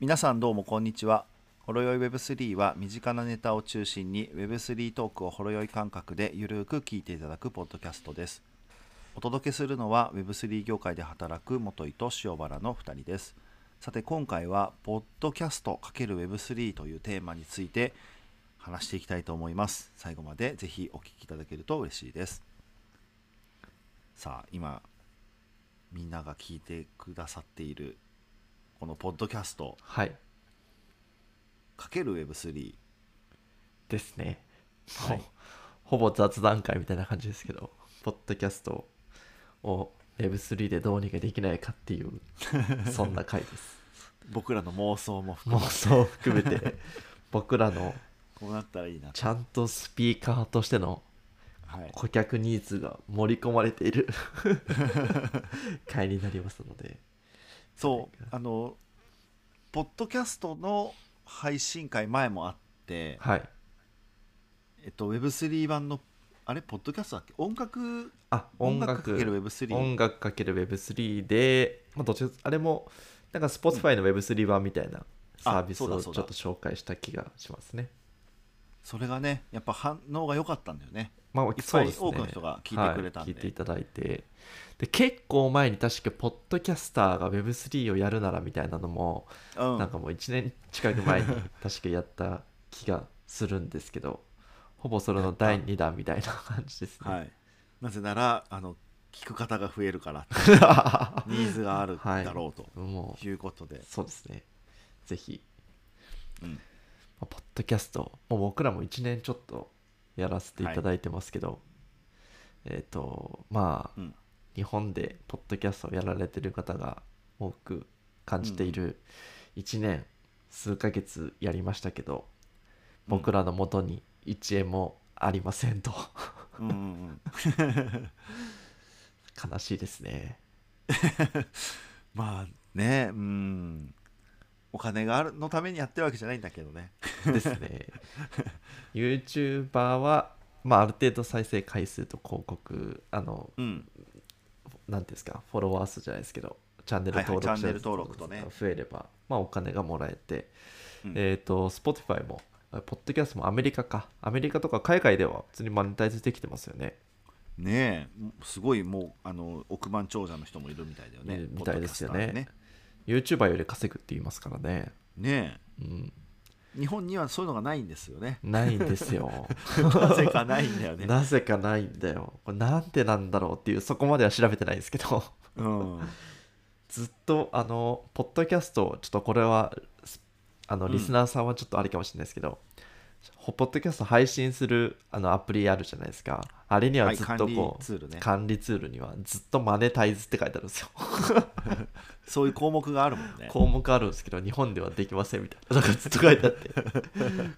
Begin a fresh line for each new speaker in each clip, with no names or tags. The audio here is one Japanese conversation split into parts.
皆さんどうもこんにちは。ほろよい Web3 は身近なネタを中心に Web3 トークをほろよい感覚でゆるく聞いていただくポッドキャストです。お届けするのは Web3 業界で働く元井と塩原の2人です。さて今回は「ポッドキャスト ×Web3」というテーマについて話していきたいと思います。最後までぜひお聞きいただけると嬉しいです。さあ今みんなが聞いてくださっているこのポッドキャスト
はい。
×Web3
ですね。
はい
ほほぼ雑談会みたいな感じですけど、ポッドキャストを Web3 でどうにかできないかっていう、 そんな回です。
僕らの妄想も含
妄
め
想を含めて、 僕らの
こうなったらいいなと
ちゃんとスピーカーとしての
はい、
顧客ニーズが盛り込まれてい る回になりますので、
そうあのポッドキャストの配信会前もあって、
はい。
えっと、Web3 版のあれポッドキャストだっけ音楽
あ、音楽、
音楽 ×Web3
音楽かける Web3 で、まあ、どっちかあれもなんか Spotify の Web3 版みたいなサービス
あそう
を
だ
ち
そ
ょ
う
っ
だ
と紹介した気がしますね。
それがねやっぱ反応が良かったんだよね
まあ、
いっぱ
そう
い
ですね
多くの人が聞いてくれたん
はい、
で、
聞いていただいてで結構前に確かポッドキャスターが Web3 をやるならみたいなのも、
うん
なんかもう1年近く前に確かやった気がするんですけどほぼそれの第2弾みたいな感じですね。
はい、なぜならあの聞く方が増える からってニーズがあるだろうと
もう
いうことで、
そうですね。ぜひ。
うん
まあポッドキャスト、もう僕らも1年ちょっとやらせていただいてますけど、えっ、と、まあ、
うん
日本でポッドキャストをやられてる方が多く感じている1年数ヶ月やりましたけど、僕らの元に1円もありませんと。
うんうんうん、
悲しいですね。
まあねうんお金があるのためにやってるわけじゃないんだけどね
です ね YouTuber は、まあ、ある程度再生回数と広告あの
うん
なんていうんですかフォロワー数じゃないですけどチャンネル
はいはい
登録者
チャンネル登録とね
が増えれば、まあ、お金がもらえて、
うん
えっ、と Spotify もあポッドキャストもアメリカかアメリカとか海外では普通にマネタイズできてますよね
ねえすごいもうあの億万長者の人もいるみたいだよね
いるみたいですよね
ポッドキャスター
YouTuber より稼ぐって言いますからね、
でねね
うん、
え日本にはそういうのがないんですよ ね
ないんですよ
なぜかないんだよ ね
なぜかないんだよこれなんでなんだろうっていうそこまでは調べてないですけど
うん
ずっとあのポッドキャストをちょっとこれはすあの
うん
リスナーさんはちょっとあれかもしれないですけど、ほポッドキャスト配信するあのアプリあるじゃないですかあれには
はい
ずっ
管
と
理
こう、
ツールね
管理ツールにはずっとマネタイズって書いてあるんですよ
そういう項目があるもんね
項目あるんですけど日本ではできませんみたいななんかずっと書いてあって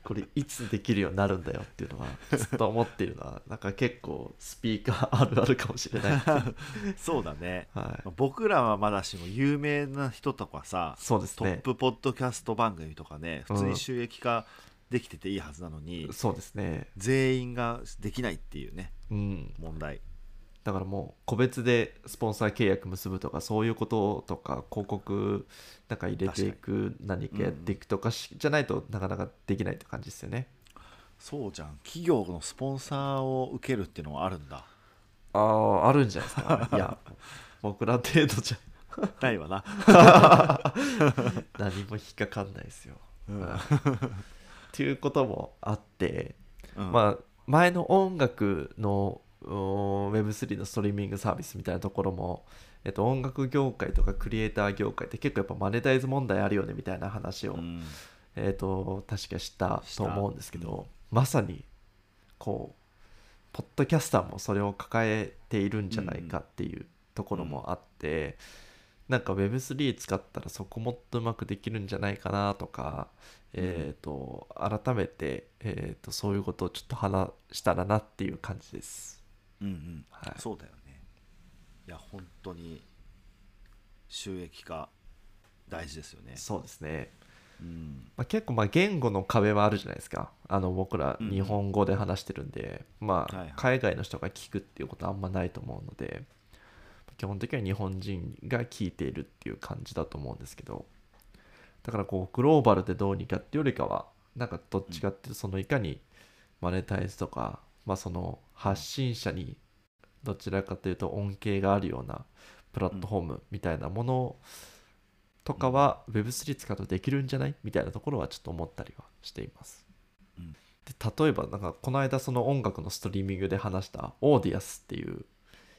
これいつできるようになるんだよっていうのはずっと思っているのはなんか結構スピーカーあるあるかもしれない、
そうだね
はい、
僕らはまだしも有名な人とかさ
そうです
トッ
ね
プポッドキャスト番組とかね
うん
普通に収益化できてていいはずなのに、
そうですね
全員ができないっていうね
うん
問題
だからもう個別でスポンサー契約結ぶとかそういうこととか広告なんか入れていく何かやっていくとかし、じゃないとなかなかできないって感じですよね
そうじゃん企業のスポンサーを受けるっていうのはあるん だ
あああるんじゃないですかいや僕ら程度じゃ
ないわな
何も引っかかんないですよ、
うん
はいっていうこともあって、
うん
まあ前の音楽のうーん Web3 のストリーミングサービスみたいなところも、えっと、音楽業界とかクリエイター業界って結構やっぱマネタイズ問題あるよねみたいな話を、
うん
えー、と確かした
した
と思うんですけど、まさにこうポッドキャスターもそれを抱えているんじゃないかっていうところもあって、なんか Web3 使ったらそこもっとうまくできるんじゃないかなとか、えー、と改めて、えー、とそういうことをちょっと話したらなっていう感じです。
うんうん
はい
そうだよねいや本当に収益化大事ですよね、
そうですね
うん、
まあ、結構まあ言語の壁はあるじゃないですかあの僕ら
うん
日本語で話してるんで、ま
はいはい
あ、海外の人が聞くっていうことはあんまないと思うので基本的には日本人が聞いているっていう感じだと思うんですけどだからこうグローバルでどうにかっていうよりかはなんかどっちかっていうとそのいかにマネタイズとか、まあ、その発信者にどちらかというと恩恵があるようなプラットフォームみたいなものとかは Web3 使うとできるんじゃないみたいなところはちょっと思ったりはしています。
うん
で例えばなんかこの間その音楽のストリーミングで話したオーディアスっていう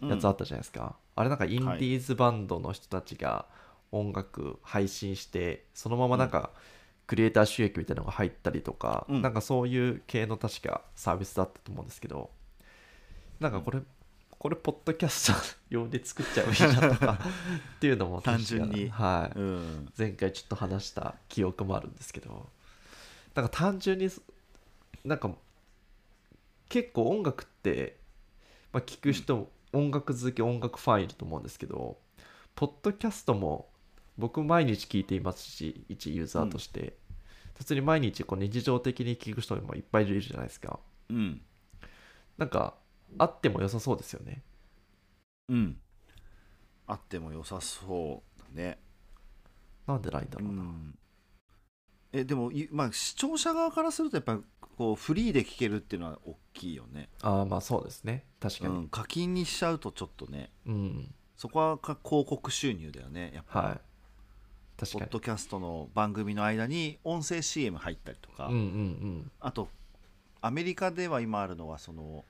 やつあったじゃないですか、あれなんかインディーズバンドの人たちが音楽配信してそのままなんかクリエイター収益みたいなのが入ったりとか、
うん
なんかそういう系の確かサービスだったと思うんですけどなんかこれ、これポッドキャスター用で作っちゃえばいいな とかっていうのも確か
単純に
はい、
うん
前回ちょっと話した記憶もあるんですけどなんか単純になんか結構音楽って、まあ、聞く人、音楽好き音楽ファンいると思うんですけどポッドキャストも僕毎日聞いていますし一ユーザーとして、普通に毎日こう日常的に聞く人もいっぱいいるじゃないですか
うん
なんかあっても良さそうですよね
うんあっても良さそうだね
なんでないんだ
う
ろうな、
んえでも、いまあ、視聴者側からするとやっぱこうフリーで聴けるっていうのは大きいよね、
ああまあそうですね確か
う
に
ん、課金にしちゃうとちょっとね
うん、
そこはか広告収入だよねやっぱ、
はい確
ポ
か
ッ
に
ドキャストの番組の間に音声 CM 入ったりとか、
うんうんうん
あとアメリカでは今あるのはその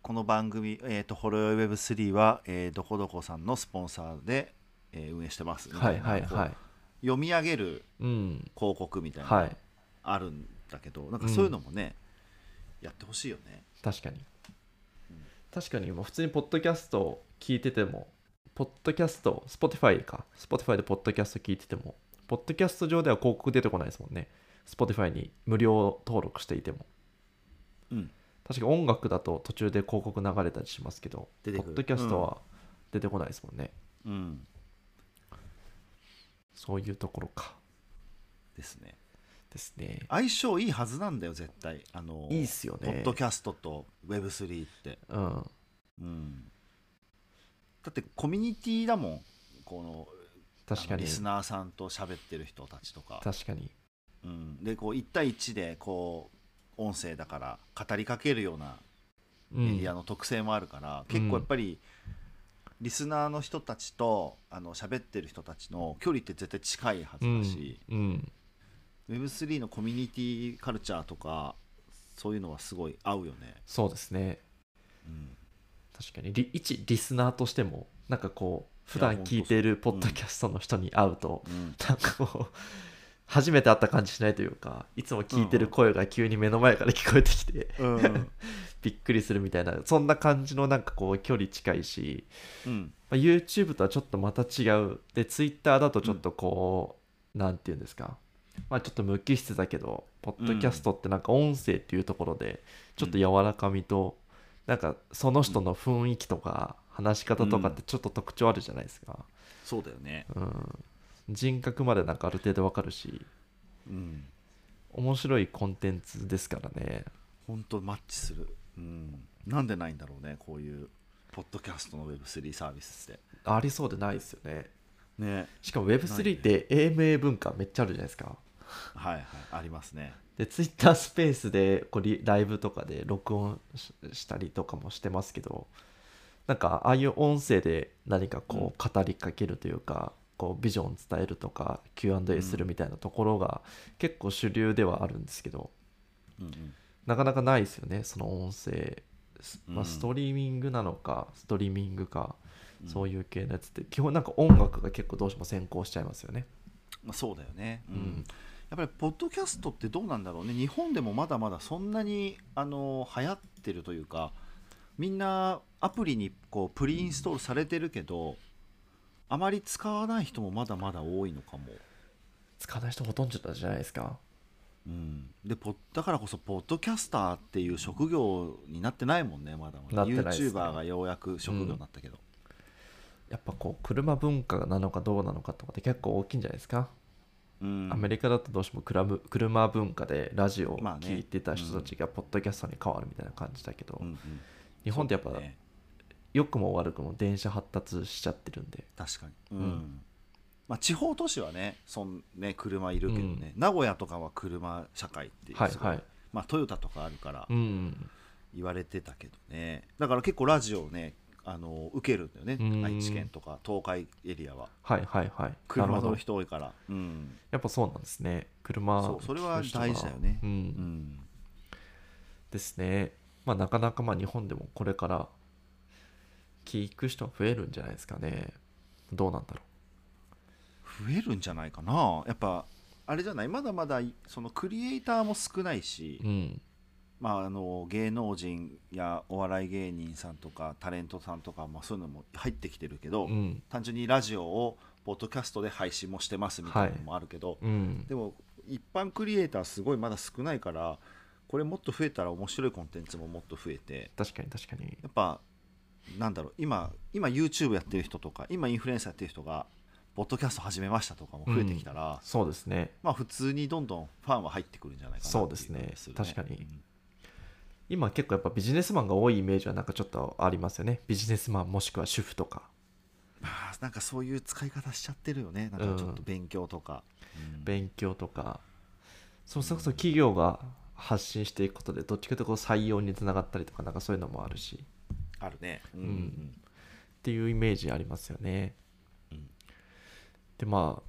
この番組「えー、とホロヨイウェブ3は」えーどこどこさんのスポンサーで、えー運営してますみた
はい
いな
はい
こう
はい。
読み上げる
うん。
広告みたいなの
は
が
い。
あるんだけど、なんかそういうのもね、やってほしいよね。
確かに
うん。
確かに、もう普通にポッドキャストを聞いてても、ポッドキャスト、Spotify か。Spotify でポッドキャスト聞いてても、ポッドキャスト上では広告出てこないですもんね。Spotify に無料登録していても。
うん、
確か音楽だと途中で広告流れたりしますけど、ポ
出てくる
ッドキャストは出てこないですもんね。
うん、
そういうところか。
ですね。
ですね。
相性いいはずなんだよ絶対あの
いいっすよ
ポッ
ね
ド。キャストと Web3 って。
うん。
うん、だってコミュニティだもんこの
確
あ
か
の
に
リ。スナーさんと喋ってる人たちとか、
確かに。
うん、でこう1対1でこう音声だから語りかけるような
う
メデ
ん
ィア。の特性もあるから、結構やっぱりリスナーの人たちとあの喋ってる人たちの距離って絶対近いはず
う
だ
ん
し、
うん。
Web3 のコミュニティカルチャーとかそういうのはすごい合うよね。
そうですね。
うん
確かにリ一リスナーとしてもなんかこう普
いや
段
ほんと
聞いているポ
そう
ッドキャストの人に会うと、
うん
なんかこう初めて会った感じしないというかいつも聞いてる声が急に目の前から聞こえてきて、
うん
びっくりするみたいなそんな感じのなんかこう距離近いし、
うん
まあ YouTube とはちょっとまた違うで Twitter だとちょっとこう、なんて言うんですかまあちょっと無機質だけどポッドキャストってなんか音声っていうところでちょっと柔らかみと、なんかその人の雰囲気とか話し方とかってちょっと特徴あるじゃないですか、
そうだよね。
うん人格までなんかある程度わかるし
うん
面白いコンテンツですからね
本当マッチする、うん、なんでないんだろうねこういうポッドキャストの Web3 サービスって
ありそうでないですよね
ね
しかも Web3 って AMA 文化めっちゃあるじゃないですか
はいはいありますね
で、ツイッタースペースでこうリライブとかで録音ししたりとかもしてますけど、なんかああいう音声で何かこう語りかけるというか、こうビジョンを伝えるとか Q&A するみたいなところが結構主流ではあるんですけど、
うんうん
なかなかないですよね、その音声。す
う
まあ、
ん
ストリーミングなのか、ストリーミングか、
うん
そういう系のやつって、基本なんか音楽が結構どうしても先行しちゃいますよね。
まあ、そうだよね、うん
うん
やっぱりポッドキャストってどうなんだろうね日本でもまだまだそんなにあの流行ってるというかみんなアプリにこうプリインストールされてるけど、あまり使わない人もまだまだ多いのかも、
使わない人ほとんどじゃないですか。
うん、でポッだからこそポッドキャスターっていう職業になってないもんねまだま
な
だ、
ってないですね
YouTuber がようやく職業になったけど、
やっぱこう車文化なのかどうなのかとかって結構大きいんじゃないですか、
うん
アメリカだとどうしてもクラブ車文化でラジオを
まあね
聞いてた人たちがポッドキャストに変わるみたいな感じだけど、
うんうん
日本ってやっぱ
そうだね
良くも悪くも電車発達しちゃってるんで
確かに、うん
ん
まあ、地方都市はねそんね車いるけどね、名古屋とかは車社会っていう
はい
すごい
はい
まあ、トヨタとかあるから
うん
言われてたけどねだから結構ラジオねあの受けるんだよね、
うん
愛知県とか東海エリアは
はいはいはいな
車
るほ
の
ど
人多いから、うん
やっぱそうなんですね車
そうそれは
の人が
大事だよね
うん
うん
ですねまあなかなかまあ日本でもこれから聞く人が増えるんじゃないですかねどうなんだろ
増えるんじゃないかなやっぱあれじゃないまだまだそのクリエイターも少ないし、
ううん
まあ、あの芸能人やお笑い芸人さんとかタレントさんとか、まあ、そういうのも入ってきてるけど、
うん
単純にラジオをポッドキャストで配信もしてますみたいなのもあるけど、
うん
でも一般クリエイターすごいまだ少ないからこれもっと増えたら面白いコンテンツももっと増えて
確かに確かに
やっぱなんだろう今今 YouTube やってる人とか今インフルエンサーやってる人がポッドキャスト始めましたとかも増えてきたら、
そうですね
まあ普通にどんどんファンは入ってくるんじゃないかな
そうですね
ってい気がする
確かに今結構やっぱビジネスマンが多いイメージはなんかちょっとありますよねビジネスマンもしくは主婦とか
まあなんかそういう使い方しちゃってるよねなんかちょっと勉強とか、うん
勉強とかそうそれこそ企業が発信していくことでどっちかというとこう採用につながったりとかなんかそういうのもあるし
あるねうん
んっていうイメージありますよね。
うん
でまあ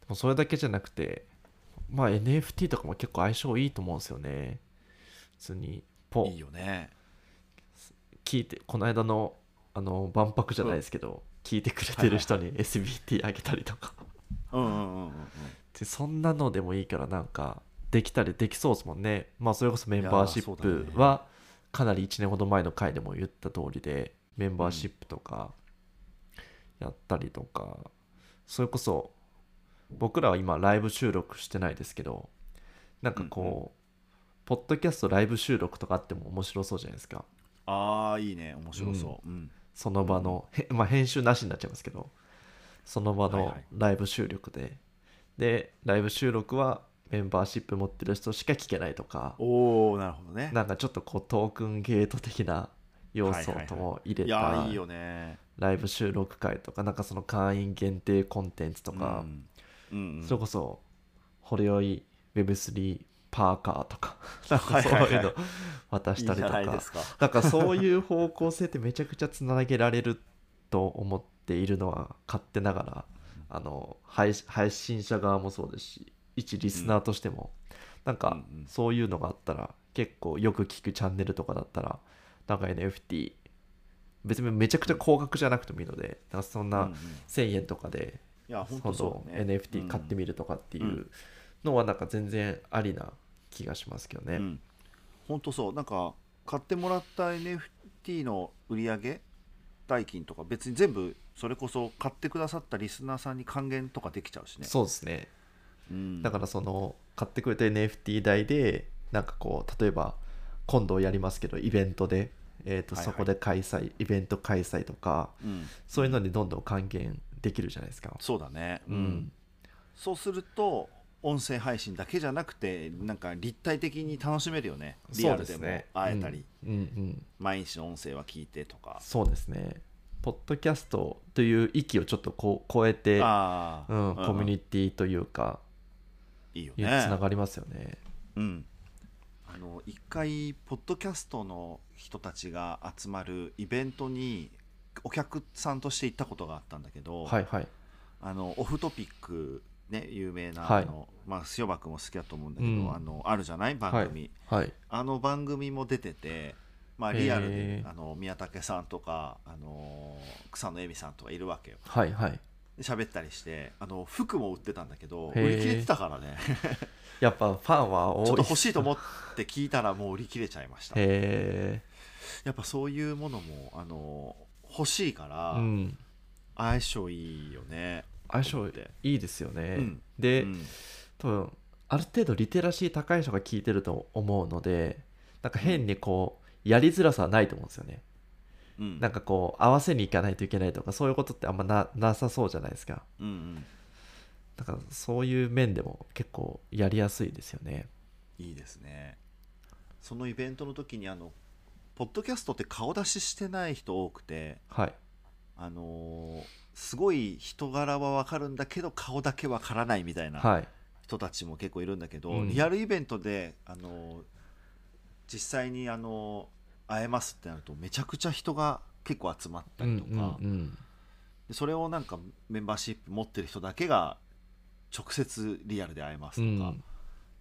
でもそれだけじゃなくて、まあ、NFT とかも結構相性いいと思うんですよね。普通に
うん
ポ
いいよね
聞いてこの間のあの万博じゃないですけど、聞いてくれてる人に SBT あげたりとか
うんうんうんうんうん
でそんなのでもいいからなんかできたりできそうですもんね。まあそれこそメンバーシッ
いやーそう
プ
だね
はかなり1年ほど前の回でも言った通りでメンバーシップとかやったりとか、それこそ僕らは今ライブ収録してないですけどなんかこう、
うん
ポッドキャストライブ収録とかあっても面白そうじゃないですか
ああいいね面白そう、うん
その場の、へ まあ、編集なしになっちゃいますけどその場
はい
の
はい
ライブ収録で、でライブ収録はメンバーシップ持ってる人しか聞けないとか
おおなるほどね
なんかちょっとこうトークンゲート的な要素
はいはい
と
はい
も入れ
い
た、
やいいよね
ライブ収録会とかなんかその会員限定コンテンツとか、
うんうんうん
それこそ「ほれよい Web3 パーカー」とかなん
は
か
い
そ
はいうはい
いうの渡したりとか、
いいじゃないですか
なんかそういう方向性ってめちゃくちゃつなげられると思っているのは勝手ながらあの配信配信者側もそうですし一リスナーとしても、なんか
うんうん
そういうのがあったら結構よく聞くチャンネルとかだったらなんか NFT 別にめちゃくちゃ高額じゃなくてもいいので、なんかそん
うう
なん
ん
1000円とかで
いや本
そ
当
う
そうだね
NFT 買ってみるとかっていうんうのはなんか全然ありな気がしますけどね。
うん本当そうなんか買ってもらった NFT の売り上げ代金とか別に全部それこそ買ってくださったリスナーさんに還元とかできちゃうしね
そうですね。
うん
だからその買ってくれた NFT 代でなんかこう例えば今度やりますけどイベントで、えー、と
はいは
そ
い
こで開催イベント開催とか
うん
そういうのにどんどん還元できるじゃないですか。
そうだね
う、ん、
そうすると音声配信だけじゃなくてなんか立体的に楽しめるよねリアルでも会えたり、
うんうんうん、
毎日の音声は聞いてとか
そうですねポッドキャストという域をちょっとこう超えて、うん、
ああ
コミュニティというか、
いいよ
い
ね
うつながりますよね。
うん、あの一回ポッドキャストの人たちが集まるイベントにお客さんとして行ったことがあったんだけど、
はいはい。
あのオフトピックね有名な、
はい
あのまあ塩バ君も好きだと思うんだけど、
うん
あのあるじゃない番組、
はい。
あの番組も出てて。まあ、リアル
へ
で
ー
あの宮武さんとか、あの草野恵美さんとかいるわけよ
はいはい。
で喋ったりしてあの服も売ってたんだけど
へ
売
ー
り切れてたからね
やっぱファンは多い。
ちょっと欲しいと
っ
思って聞いたらもう売り切れちゃいました
へ
やっぱそういうものもあの欲しいか
え。
ら、
うん。
相性いいよね。
相性いいですよね。
うん
で、
うん
多分ある程度リテラシー高い人が聞いてると思うので、なんか変にこう、やりづらさはないと思うんですよね。
うん
なんかこう、合わせに行かないといけないとか、そういうことってあんまななさそうじゃないですか。
うんうん
だからそういう面でも結構やりやすいですよね。
いいですね。そのイベントの時にあのポッドキャストって顔出ししてない人多くて
はい。
あのーすごい人柄は分かるんだけど顔だけ分からないみたいな
はい
人たちも結構いるんだけど、
うん
リアルイベントで、あのー実際に、あのー会えますってなるとめちゃくちゃ人が結構集まったりとか、
うんうん
でそれをなんかメンバーシップ持ってる人だけが直接リアルで会えます
うん
と
う
か
ん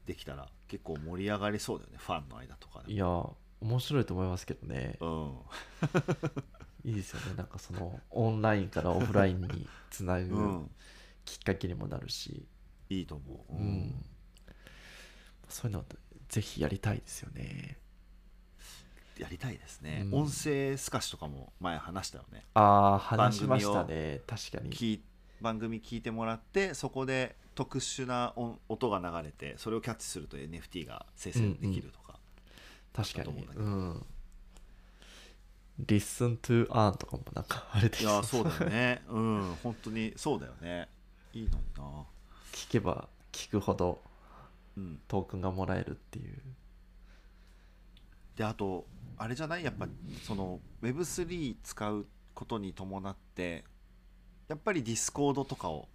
できたら結構盛り上がりそうだよねファンの間とか
い
で
や面白いと思いますけどね
も。
いいですよねなんかそのオンラインからオフラインにつな
うん、う
ぐ
ん、
きっかけにもなるし、
いいと思う。
うんそういうのぜひやりたいですよね
やりたいですね、
うん
音声透かしとかも前話したよね
ああ話しましたね確かに
聞い番組聞いてもらってそこで特殊な音音が流れてそれをキャッチすると NFT が生成できるとか、
確か
だと思
に
うんだけ
う
ど
んリッスントゥアーンとかもなんかあれで
いやーそうだよねうん本当にそうだよねいいのにな
聞けば聞くほど
うん
トークンがもらえるっていう
であとあれじゃないやっぱその Web3 使うことに伴ってやっぱり Discord とかを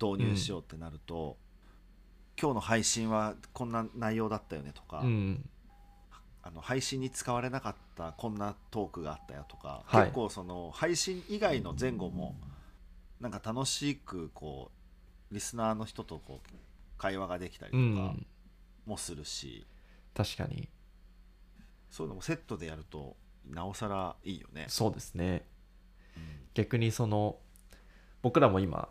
導入しようってなると、今日の配信はこんな内容だったよねとか、
うん
あの配信に使われなかったこんなトークがあったよとか、
はい
結構その配信以外の前後もなんか楽しくこうリスナーの人とこう会話ができたり
う
とか
ん
もするし、
確かに
そういうのもセットでやるとなおさらいいよね。
そうですね
うん
逆にその僕らも今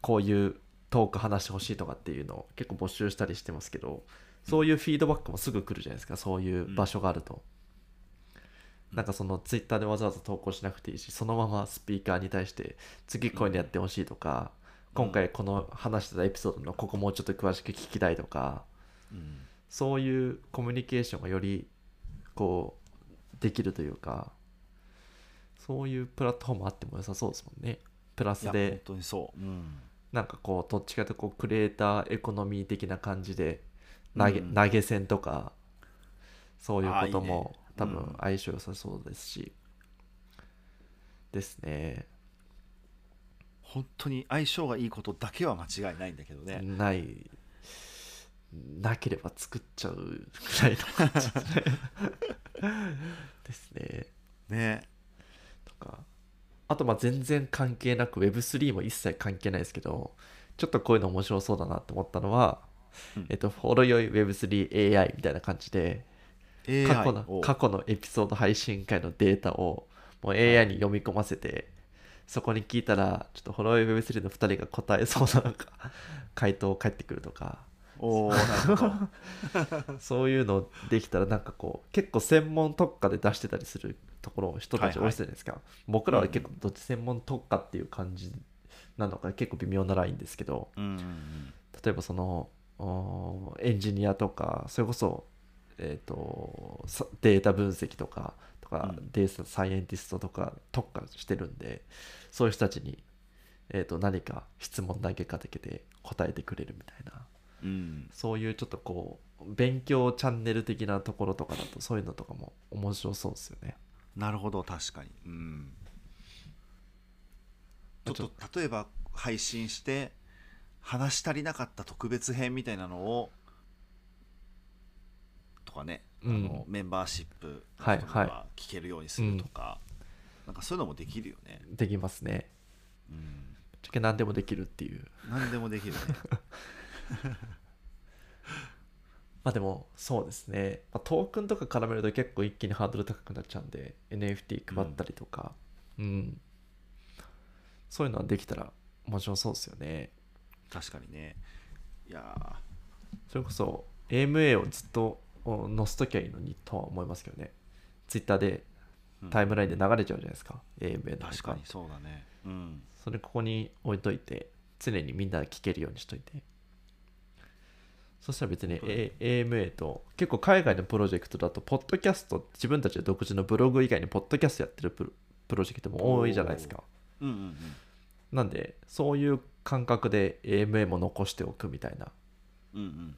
こういうトーク話してほしいとかっていうのを結構募集したりしてますけどそういうフィードバックもすぐ来るじゃないですかそういう場所があると、
うん
なんかそのツイッターでわざわざ投稿しなくていいしそのままスピーカーに対して次こういうのやってほしいとか、今回この話してたエピソードのここもうちょっと詳しく聞きたいとか
うん
そういうコミュニケーションがよりこうできるというかそういうプラットフォームあっても良さそうですもんねプラ
い
ス
や本
で
当にそう、うん
なんかこうどっちかというとこうクリエイターエコノミー的な感じで投げ,、
うん
投げ銭とかそういう
あ
こ
ー
と
いい
も
ね
多
う
分
ん
相性良さそうですし、ですね
本当に相性がいいことだけは間違いないんだけどね、
ないなければ作っちゃうぐらいの感じです ねですね
ね
とかあとまあ全然関係なく Web3 も一切関係ないですけどちょっとこういうの面白そうだなと思ったのは、
うん
えっとほろ酔い Web3AI みたいな感じで
AI
過去の
を
過去のエピソード配信会のデータをもう AI に読み込ませてそこに聞いたらちょっとほろ酔い Web3 の2人が答えそうななんか回答返ってくるとか
おーなるほど
そういうのできたらなんかこう結構専門特化で出してたりするところを人たち多いじゃないですか、僕らは結構どっち専門特化っていう感じなのか結構微妙なラインですけど
うんうんうん
例えばそのおーエンジニアとかそれこそ、えー、とさデータ分析とかとか、
うん
データサイエンティストとか特化してるんでそういう人たちに、えー、と何か質問投げかけて答えてくれるみたいな。
うん
そういうちょっとこう勉強チャンネル的なところとかだとそういうのとかも面白そうですよね。
なるほど確かにうんちょっ
ちょ
と例えば配信して話し足りなかった特別編みたいなのをとかね、
うん
あのメンバーシップ
はい
の人が聞けるようにするとか、なんかそういうのもできるよね、
できますね。
うん、
ぶっちゃけ何でもできるっていう。
何でもでき るね
まあでもそうですね、まあ、トークンとか絡めると結構一気にハードル高くなっちゃうんで NFT 配ったりとか、うんそういうのはできたら面白そうですよね。
確かにねいや
それこそ AMA をずっとお載せときゃいいのにとは思いますけどね。Twitter で
ー、うん
タイムラインで流れちゃうじゃないですか、AMA のアカウント
確かにそうだねうん
それここに置いといて常にみんなが聞けるようにしといてそしたら別に、A、AMA と結構海外のプロジェクトだとポッドキャスト自分たちで独自のブログ以外にポッドキャストやってるプロプロジェクトも多いじゃないですか
うんうんうん
なんでそういう感覚で AMA も残しておくみたいな
うんうん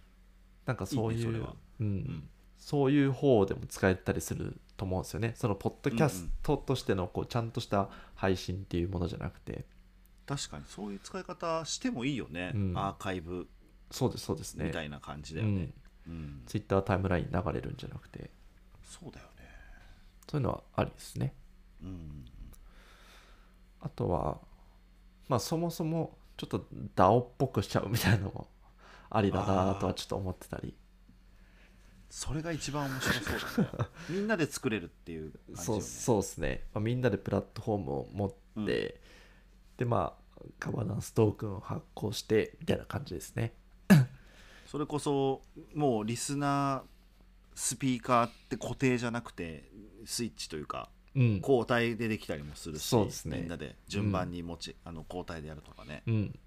なんかそういう
いいねそれは
うん
ん
そういう方でも使えたりすると思うんですよねそのポッドキャストとしてのこうちゃんとした配信っていうものじゃなくて
確かにそういう使い方してもいいよね、
うん
アーカイブ
そうですそうですね
みたいな感じだ
う
よね、
ん、
うん
ツイッタータイムラインに流れるんじゃなくて
そうだよね
そういうのはありですね
うん
あとはまあそもそもちょっと DAO っぽくしちゃうみたいなのもありだなとはちょっと思ってたり
それが一番面白そう だねみんなで作れるっていう感じよ、ね、
そうそうですね、まあ、みんなでプラットフォームを持って、
うん
でまあガバナンストークンを発行してみたいな感じですね
それこそもうリスナースピーカーって固定じゃなくてスイッチというか
うん
交代でできたりもするし
そうですね
みんなで順番に持ち、あの交代でやるとかね、
うん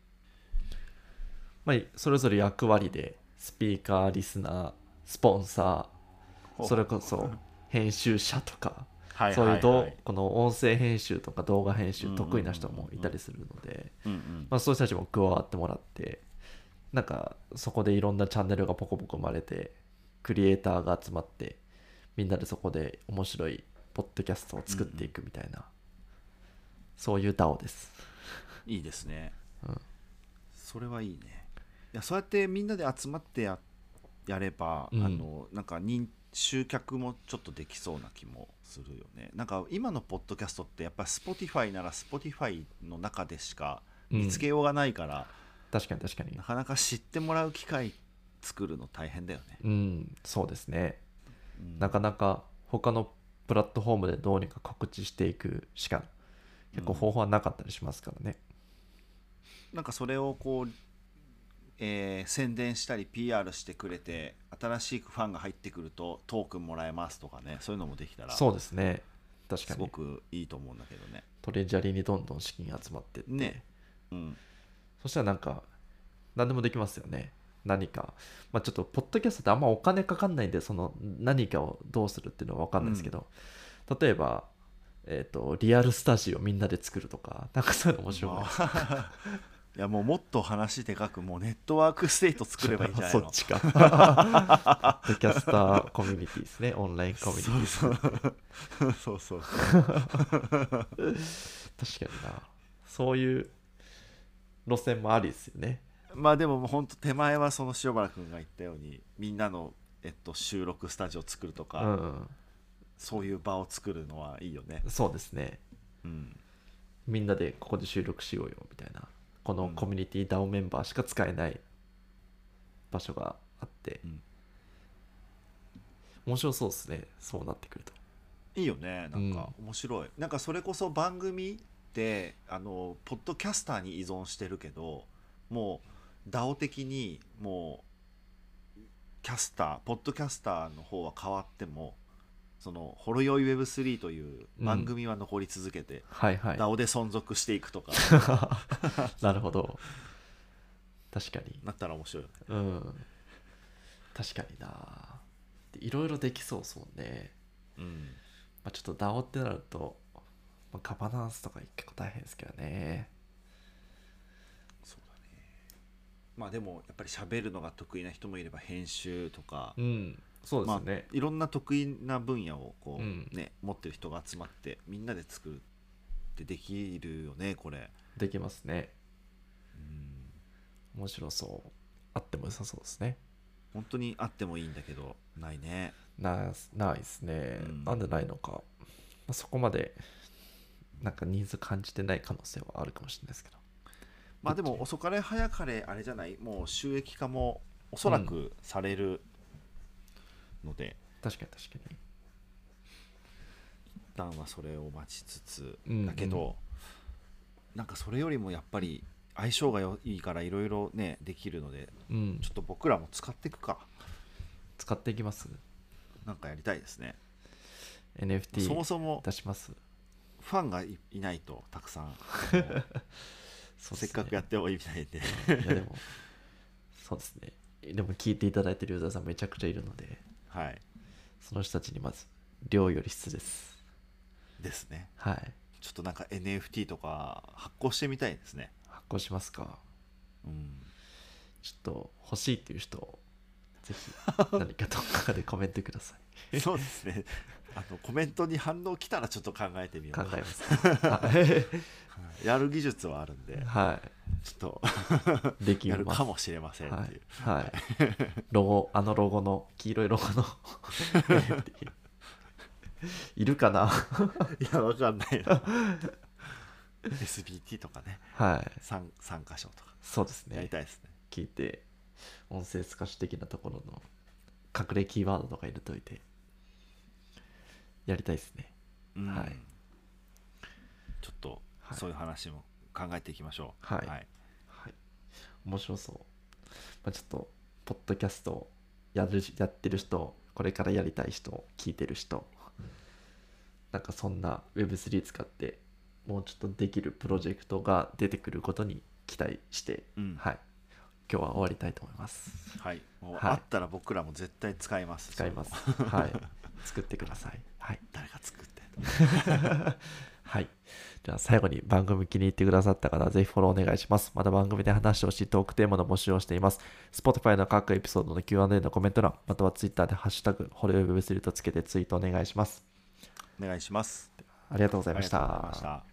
まあそれぞれ役割でスピーカーリスナースポンサーそれこそ編集者とか
はい
そう
は
いう
い
ど
は
う
い
この音声編集とか動画編
うん
集
うんうんうん
得意な人もいたりするので、
うんうん
まあ、そういう人たちも加わってもらってなんかそこでいろんなチャンネルがポコポコ生まれてクリエイターが集まってみんなでそこで面白いポッドキャストを作っていくみたいな、そういう DAO です。
いいですね、
うん
それはいいねいやそうやってみんなで集まってややれば、
うん
あのなんか人集客もちょっとできそうな気もするよねなんか今のポッドキャストってやっぱり Spotify なら Spotify の中でしか見つけようがないから、
確かに確かに
な。かなか知ってもらう機会作るの大変だよね、
うん、そうですね。
うん
なかなか他のプラットフォームでどうにか告知していくしか結構方法はなかったりしますからね。
なんかそれをこう、えー宣伝したり PR してくれて新しいファンが入ってくるとトークンもらえますとかねそういうのもできたら
そうですね。確か
すご
に
くいいと思うんだけどね。
トレジャリにどんどん資金集まってって、
ねうん、
そしたらなんか何でもできますよね。何か、まあ、ちょっとポッドキャストってあんまお金かかんないんでその何かをどうするっていうのは分かんないですけど、例えば、えっとリアルスタジオみんなで作るとかなんかそういうの面白くないですか
まあ いやもうもっと話でかくもうネットワークステート作ればいいんじゃない
そ
の
っちか。ポッドキャスターコミュニティですね。オンラインコミュニティ。
そうそうそうそう
確かにな。そういう路線もありですよね。
まあでももうほんと手前はその塩原君が言ったようにみんなの、えっと、収録スタジオ作ると
う
か、
ん。
そういう場を作るのはいいよね、
そうですね。
うん、
みんなでここで収録しようよみたいな。このコミュニティ DAO メンバーしか使えない場所があって
うん。
面白そうですね。そうなってくると。
いいよねなんか面白い、なんかそれこそ番組ってあのポッドキャスターに依存してるけどもう DAO 的にもうキャスターポッドキャスターの方は変わってもその「ほろ酔い Web3」という番組は残り続けて、
はいはい。
DAO で存続していくとか
なるほど。確かに。
なったら面白いよね
うん確かになでいろいろできそうそうね、
うん
まあ、ちょっと DAO ってなると、まあ、ガバナンスとか結構大変ですけどね
そうだねまあでもやっぱり喋るのが得意な人もいれば編集とか、
うんそうですよね、
いろんな得意な分野をこう、
うん
ね、持ってる人が集まってみんなで作るってできるよねこれ、
できますね
うん、
面白そうあっても良さそうですね
本当にあってもいいんだけどないね
なないですね、
うん
なんでないのか、まあ、そこまでなんかニーズ感じてない可能性はあるかもしれないですけど
まあで
どっ
も
ち
遅かれ早かれあれじゃないもう収益化もおそらくされるので、
確かに確かに
一旦はそれを待ちつつ
うん
だけど、なんかそれよりもやっぱり相性がよいいからいろいろねできるので
うん
ちょっと僕らも使っていくか
使っていきます
なんかやりたいですね
NFT
そもそも
出します
ファンがいいないとたくさん
そう
せ
すね
っかくやってもいないんで
いやでも、そうですね。でも聞いていただいてるユーザーさんめちゃくちゃいるので、
はい
その人たちにまず、量より質です。
ですね
はい。
ちょっとなんか NFT とか発行してみたいですね
発行しますか。
うん
ちょっと欲しいっていう人、ぜひ何かどっかでコメントください。
そうですねあのコメントに反応来たらちょっと考えてみよう
考えます。は
はいやる技術はあるん
い
で
は
ちょっと
い。でき
や
ます
るかもしれませんっていう、、
はい、はい、ロゴあのロゴの黄色いロゴのいるかない
やわかんない な SBT とかね
はい
3箇所とか
そうです
やり
ね
たいですね
聞いて音声透かし的なところの隠れキーワードとか入れといてやりたいですね
うん
はい
ちょっと
はい
そういう話も考えていきましょう
はい
はい
はい面白そう、まあ、ちょっとポッドキャストをやるやってる人これからやりたい人聞いてる人なんかそんな Web3 使ってもうちょっとできるプロジェクトが出てくることに期待して、
うん
はい今日は終わりたいと思います
はいもう
はい
あったら僕らも絶対使います
使いますはい作ってくださいはい
誰が作ってんの
はい。じゃあ最後に番組気に入ってくださった方はぜひフォローお願いします。また番組で話してほしいトークテーマの募集をしています。Spotify の各エピソードの Q&A のコメント欄、または Twitter でハッシュタグ、ホレウェブスリーとつけてツイートお願いします。
お願いします
ありがとうございました。
ありがとうございました